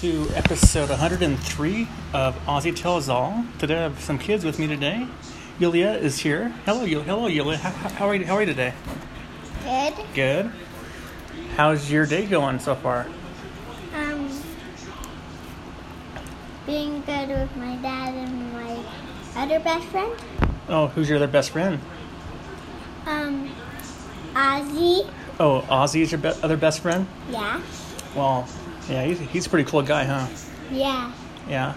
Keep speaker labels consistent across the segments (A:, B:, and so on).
A: to episode 103 of Aussie Tells All. Today I have some kids with me today. Yulia is here. Hello, Yulia. Hello, Yulia. How, how, are you, how are you today?
B: Good.
A: Good. How's your day going so far?
B: Um, being good with my dad and my other best friend.
A: Oh, who's your other best friend?
B: Um, Ozzy.
A: Oh, Ozzy is your be- other best friend?
B: Yeah.
A: Well, yeah, he's, he's a pretty cool guy, huh?
B: Yeah.
A: Yeah.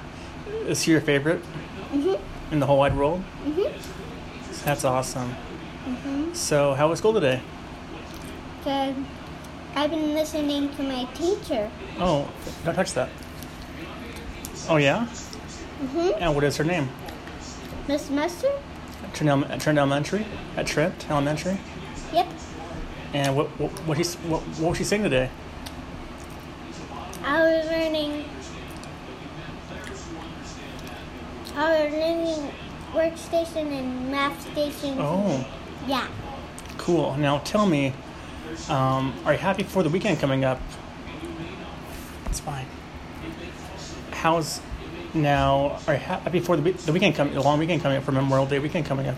A: Is he your favorite
B: Mhm.
A: in the whole wide world?
B: Mhm.
A: That's awesome.
B: Mhm.
A: So, how was school today?
B: Good. I've been listening to my teacher.
A: Oh, don't touch that. Oh, yeah?
B: Mhm.
A: And what is her name?
B: Miss Mustard.
A: At Trent, Ele- at Trent Elementary? At Trent Elementary?
B: Yep.
A: And what what what, he, what, what was she singing today?
B: I was learning. I was learning workstation and math station.
A: Oh,
B: Yeah.
A: cool. Now tell me, um, are you happy for the weekend coming up? It's fine. How's now? Are you ha- happy for the, we- the weekend coming? The long weekend coming up for Memorial Day weekend coming up.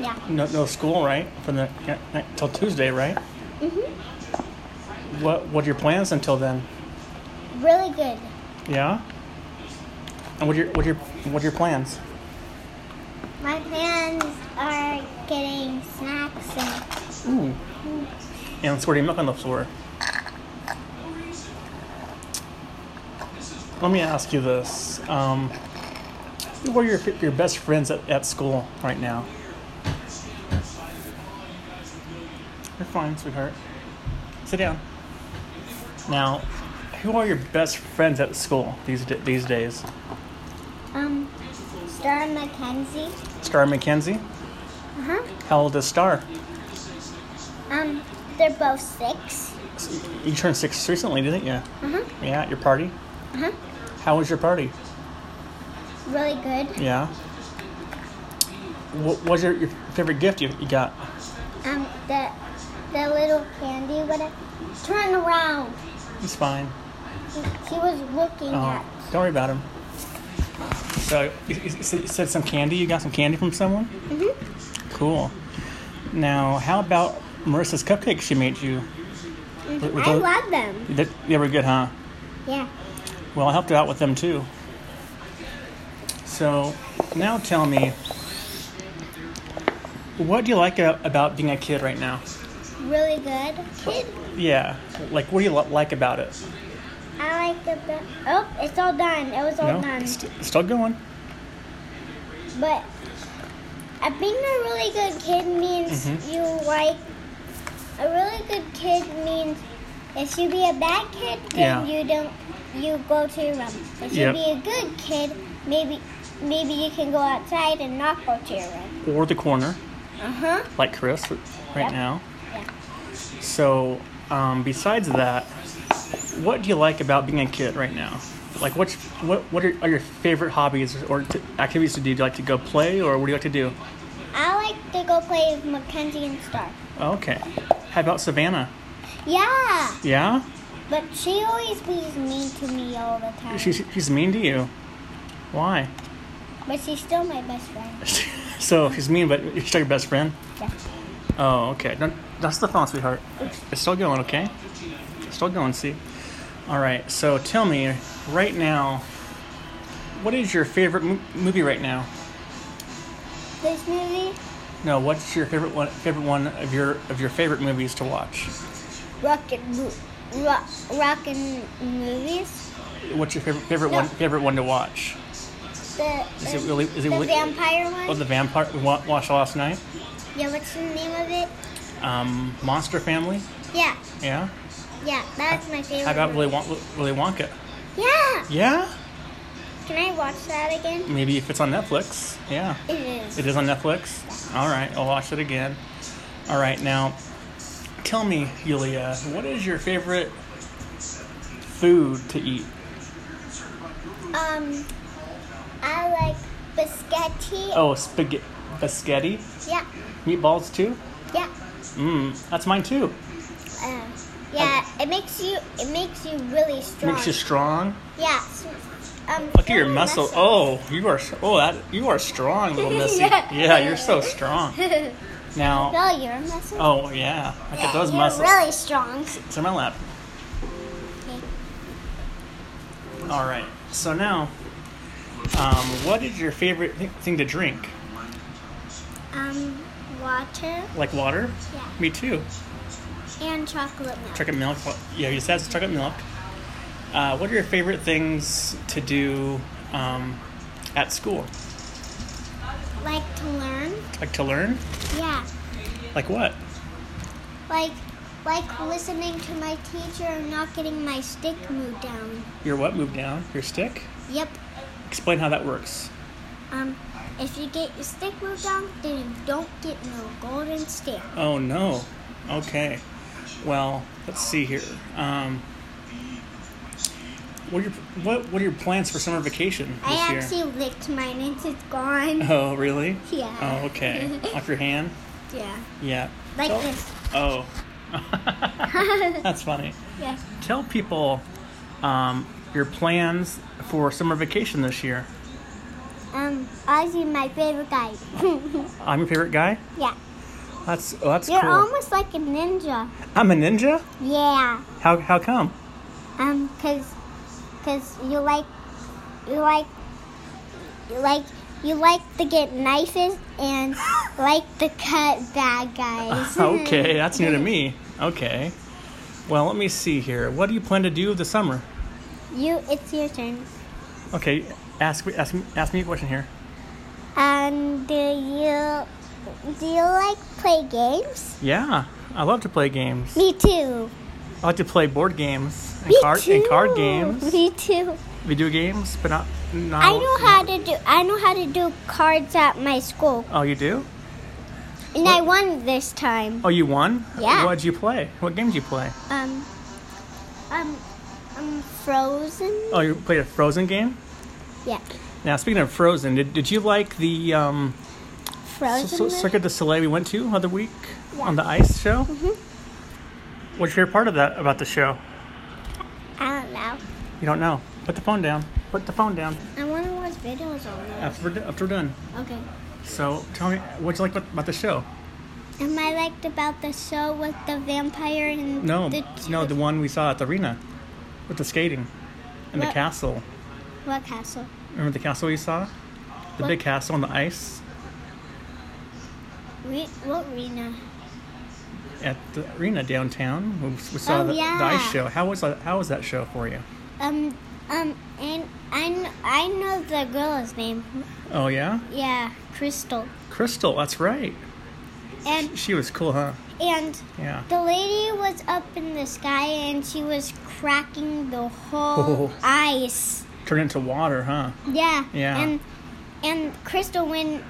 B: Yeah.
A: No, no school, right? From the yeah, yeah, till Tuesday, right?
B: Mhm.
A: What what are your plans until then?
B: Really good.
A: Yeah. And what are your what are your what are your plans?
B: My plans are getting snacks and
A: Ooh. And squirting milk on the floor. Let me ask you this. Um, who are your, your best friends at, at school right now? You're fine, sweetheart. Sit down. Now, who are your best friends at school these, d- these days?
B: um Star Mackenzie.
A: Star McKenzie?
B: Uh-huh.
A: How old is Star?
B: Um they're both six.
A: You turned six recently, didn't you?
B: Uh-huh.
A: Yeah, at your party?
B: Uh-huh.
A: How was your party?
B: Really good.
A: Yeah. What was your, your favorite gift you, you got?
B: Um the the little candy what turn around.
A: He's fine.
B: He was looking
A: Oh,
B: at
A: don't worry about him. So you, you s- you said some candy. You got some candy from someone.
B: mm-hmm.
A: Cool. Now, how about Marissa's cupcakes she made you? Were- were
B: I
A: those-
B: love them.
A: They, they were good, huh?
B: Yeah.
A: Well, I helped you out with them too. So now tell me, what do you like a- about being a kid right now?
B: Really good. Kid
A: Yeah, like what do you li- like about it?
B: I like the be- oh, it's all done. It was all
A: No,
B: done.
A: it's st- still going.
B: But uh, being a really good kid means
A: Mhm.
B: you like a really good kid means if you be a bad kid then
A: Yeah.
B: you don't you go to your room. If
A: Yep.
B: you be a good kid, maybe maybe you can go outside and not go to your room.
A: or the corner,
B: Uh huh.
A: like Chris right
B: Yep.
A: now.
B: Yeah.
A: So, um, besides that, what do you like about being a kid right now? Like, what's, what what are, are your favorite hobbies or t- activities to do? Do you like to go play, or what do you like to do?
B: I like to go play with Mackenzie and Star.
A: Okay. How about Savannah?
B: Yeah,
A: Yeah,
B: but she always bees mean to me all the time.
A: she's she's mean to you. Why?
B: but she's still my best friend.
A: so she's mean, but you're still your best friend.
B: Yeah.
A: Oh, okay. Don't, that's the phone, sweetheart. It's still going, okay? It's still going, see? All right, so tell me right now, what is your favorite mo- movie right now?
B: This movie,
A: No, what's your favorite one, favorite one of your of your favorite movies to watch?
B: rocket, mo- rock, rockin' movies.
A: What's your favorite favorite
B: No.
A: one favorite one to watch?
B: The, um,
A: Is it really- is it
B: the
A: really-
B: vampire one?
A: Oh, the vampire we wa- watched last night.
B: yeah, what's the name of it?
A: Um, Monster Family.
B: Yeah,
A: Yeah.
B: yeah, that's my favorite.
A: How about
B: one.
A: Willy, Won- Willy Wonka?
B: Yeah!
A: Yeah.
B: Can I watch that again?
A: Maybe if it's on Netflix. Yeah.
B: It is.
A: It is on Netflix. All right, I'll watch it again. All right, now tell me, Yulia, what is your favorite food to eat?
B: Um, I like biscotti.
A: Oh, spaghetti, biscotti,
B: Yeah,
A: meatballs too. Mm,
B: yeah.
A: Mmm, that's mine too.
B: Uh, Yeah, it makes you it makes you really strong.
A: Makes you strong.
B: yeah. s- Um,
A: Look at your
B: strong
A: muscle. Oh, you are. s- Oh, that you are strong, little Missy.
B: Yeah.
A: Yeah, you're so strong. Now.
B: Bill, your muscles.
A: Oh yeah. Look at those
B: you're
A: muscles.
B: really strong.
A: It's in my lap. All right. So now, um, what is your favorite thi- thing to drink?
B: Um, water
A: Like water?
B: Yeah.
A: Me too.
B: and chocolate milk.
A: Chocolate milk. Well, Yeah, you said it's chocolate E' milk. Uh, what are your favorite things to do um, at school?
B: Like to learn.
A: Like to learn?
B: Yeah.
A: Like what?
B: Like like listening to my teacher and not getting my stick moved down.
A: Your what? Move down. Your stick?
B: Yep.
A: Explain how that works.
B: Um, if you get your stick moved down, then you don't get no golden stick.
A: Oh no. Okay. Well, let's see here. Um, what are your what what are your plans for summer vacation this
B: I
A: year?
B: actually licked mine and it's gone.
A: oh really?
B: Yeah.
A: Oh okay. Off your hand?
B: yeah.
A: Yeah.
B: Like
A: Tell-
B: this.
A: Oh. That's funny.
B: Yeah.
A: Tell people um, your plans for summer vacation this year.
B: Um, Ozzy, my favorite guy.
A: I'm your favorite guy.
B: yeah.
A: That's oh, that's
B: You're
A: cool.
B: almost like a ninja.
A: I'm a ninja.
B: Yeah.
A: How how come?
B: Um, cause, cause you like, you like, you like, you like to get knifes and like to cut bad guys.
A: okay, that's new to me. Okay. Well, let me see here. What do you plan to do this summer?
B: You, it's your turn.
A: Okay, ask me ask me, ask me a question here.
B: Um, do you, do you like play games?
A: Yeah, I love to play games.
B: Me too.
A: I like to play board games and
B: Me
A: card
B: too.
A: and card games, Oh,
B: Me too.
A: video games, but not not.
B: I know how to do. I know how to do cards at my school,
A: Oh, you do?
B: and I won this time.
A: Oh, you won?
B: Yeah.
A: What'd you play? What game did you play?
B: Um, um, um, Frozen.
A: Oh, you played a Frozen game.
B: Yeah,
A: Now, speaking of Frozen, did, did you like the um,
B: Frozen.
A: so, so
B: movie.
A: Circuit du Soleil we went to the other week on the ice show? Mm-hmm.
B: Mm-hmm.
A: What's your favorite part of that about the show?
B: I don't know.
A: You don't know. Put the phone down. Put the phone down
B: I want to watch videos on that.
A: after we're, do- after we're done.
B: Okay.
A: So tell me, what you like about, about the show?
B: Am I liked about the show with the vampire and
A: No,
B: the
A: no, the one we saw at the arena with the skating and the
B: What?
A: castle.
B: what castle?
A: Remember the castle we saw? The
B: What?
A: big castle on the ice
B: Re- what arena?
A: at the arena downtown. We, we saw
B: Oh,
A: the, the ice
B: yeah.
A: show. How was that, how was that show for you?
B: Um, um, and I kn- I know the girl's name.
A: Oh yeah,
B: Yeah, Crystal.
A: Crystal. That's right.
B: And
A: She was cool, huh?
B: and
A: Yeah.
B: the lady was up in the sky and she was cracking the whole
A: Oh.
B: ice.
A: Turned into water, huh?
B: Yeah.
A: Yeah.
B: And and Crystal went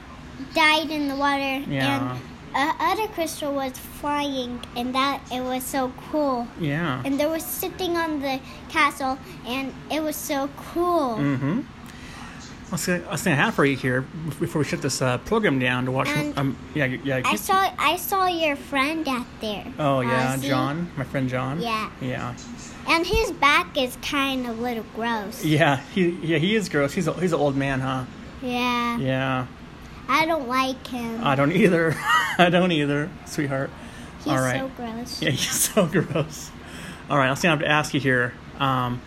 B: died in the water.
A: Yeah.
B: And uh, other Crystal was flying, and that it was so cool.
A: Yeah.
B: And they were sitting on the castle, and it was so cool.
A: Mm-hmm. I'll say, I'll say half for you here before we shut this uh, program down to watch.
B: And-
A: um, yeah, yeah.
B: I
A: keep-
B: saw I saw your friend out there.
A: oh yeah,
B: Ozzy.
A: John, my friend John.
B: Yeah.
A: Yeah.
B: And his back is kind of a little gross.
A: Yeah. He yeah he is gross. He's a, he's an old man, huh?
B: Yeah.
A: Yeah. Uh,
B: I don't like him.
A: I don't either. I don't either, sweetheart.
B: He's
A: all right.
B: so gross.
A: Yeah, he's so gross. All right, I'll see. I have to ask you here. Um,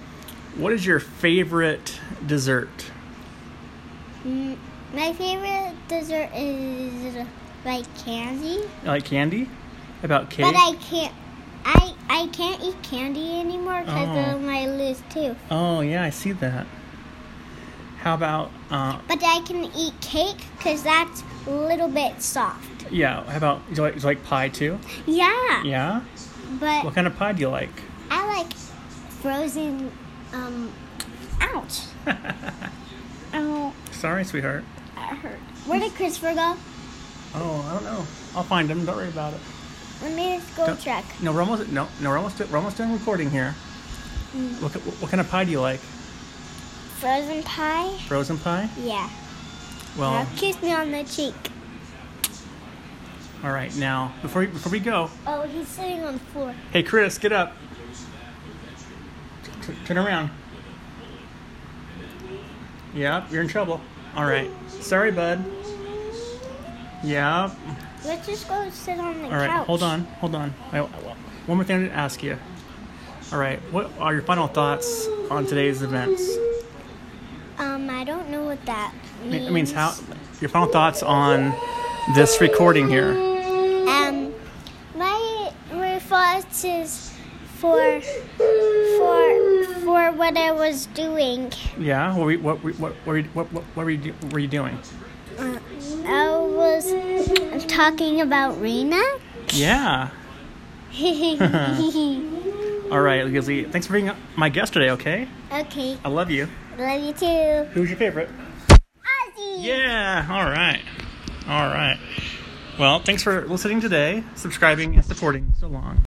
A: what is your favorite dessert?
B: Mm, my favorite dessert is like candy,
A: You like candy? About cake?
B: but I can't. I I can't eat candy anymore because
A: Oh.
B: of my loose tooth.
A: oh yeah, I see that. How about uh,
B: But I can eat cake because that's a little bit soft.
A: Yeah. How about do you like, do you like pie too?
B: Yeah.
A: Yeah.
B: But
A: What kind of pie do you like?
B: I like frozen. Um, ouch. oh,
A: Sorry, sweetheart.
B: that hurt. Where did Christopher go?
A: Oh, I don't know. I'll find him. Don't worry about it.
B: Let me just go
A: Don't-
B: check.
A: No, we're almost no no we're almost we're almost done recording here.
B: Mm.
A: What, ki- what kind of pie do you like?
B: Frozen pie.
A: Frozen pie?
B: Yeah.
A: Oh. Well,
B: Now kiss me on the cheek.
A: All right, now before we, before we go,
B: Oh, he's sitting on the floor.
A: hey Chris, get up. T- turn around. Yep, you're in trouble. All right, sorry, bud. Yep.
B: Let's just go sit on the
A: All right,
B: couch.
A: hold on, hold on. I, I- one more thing to ask you. All right, what are your final thoughts on today's events?
B: Um, I don't know what that means.
A: It means how your final thoughts on this recording here.
B: Um, my response is for for for what I was doing.
A: Yeah, what were you, what were- what were you, what what, what were, you, do- were you doing?
B: Uh, I was talking about Rena.
A: Yeah.
B: okay,
A: All right, Lizzie. Thanks for being my guest today. Okay, I love you.
B: love you too.
A: Who's your favorite?
B: Ozzy.
A: Yeah. All right. All right. Well, thanks for listening today, subscribing, and supporting so long.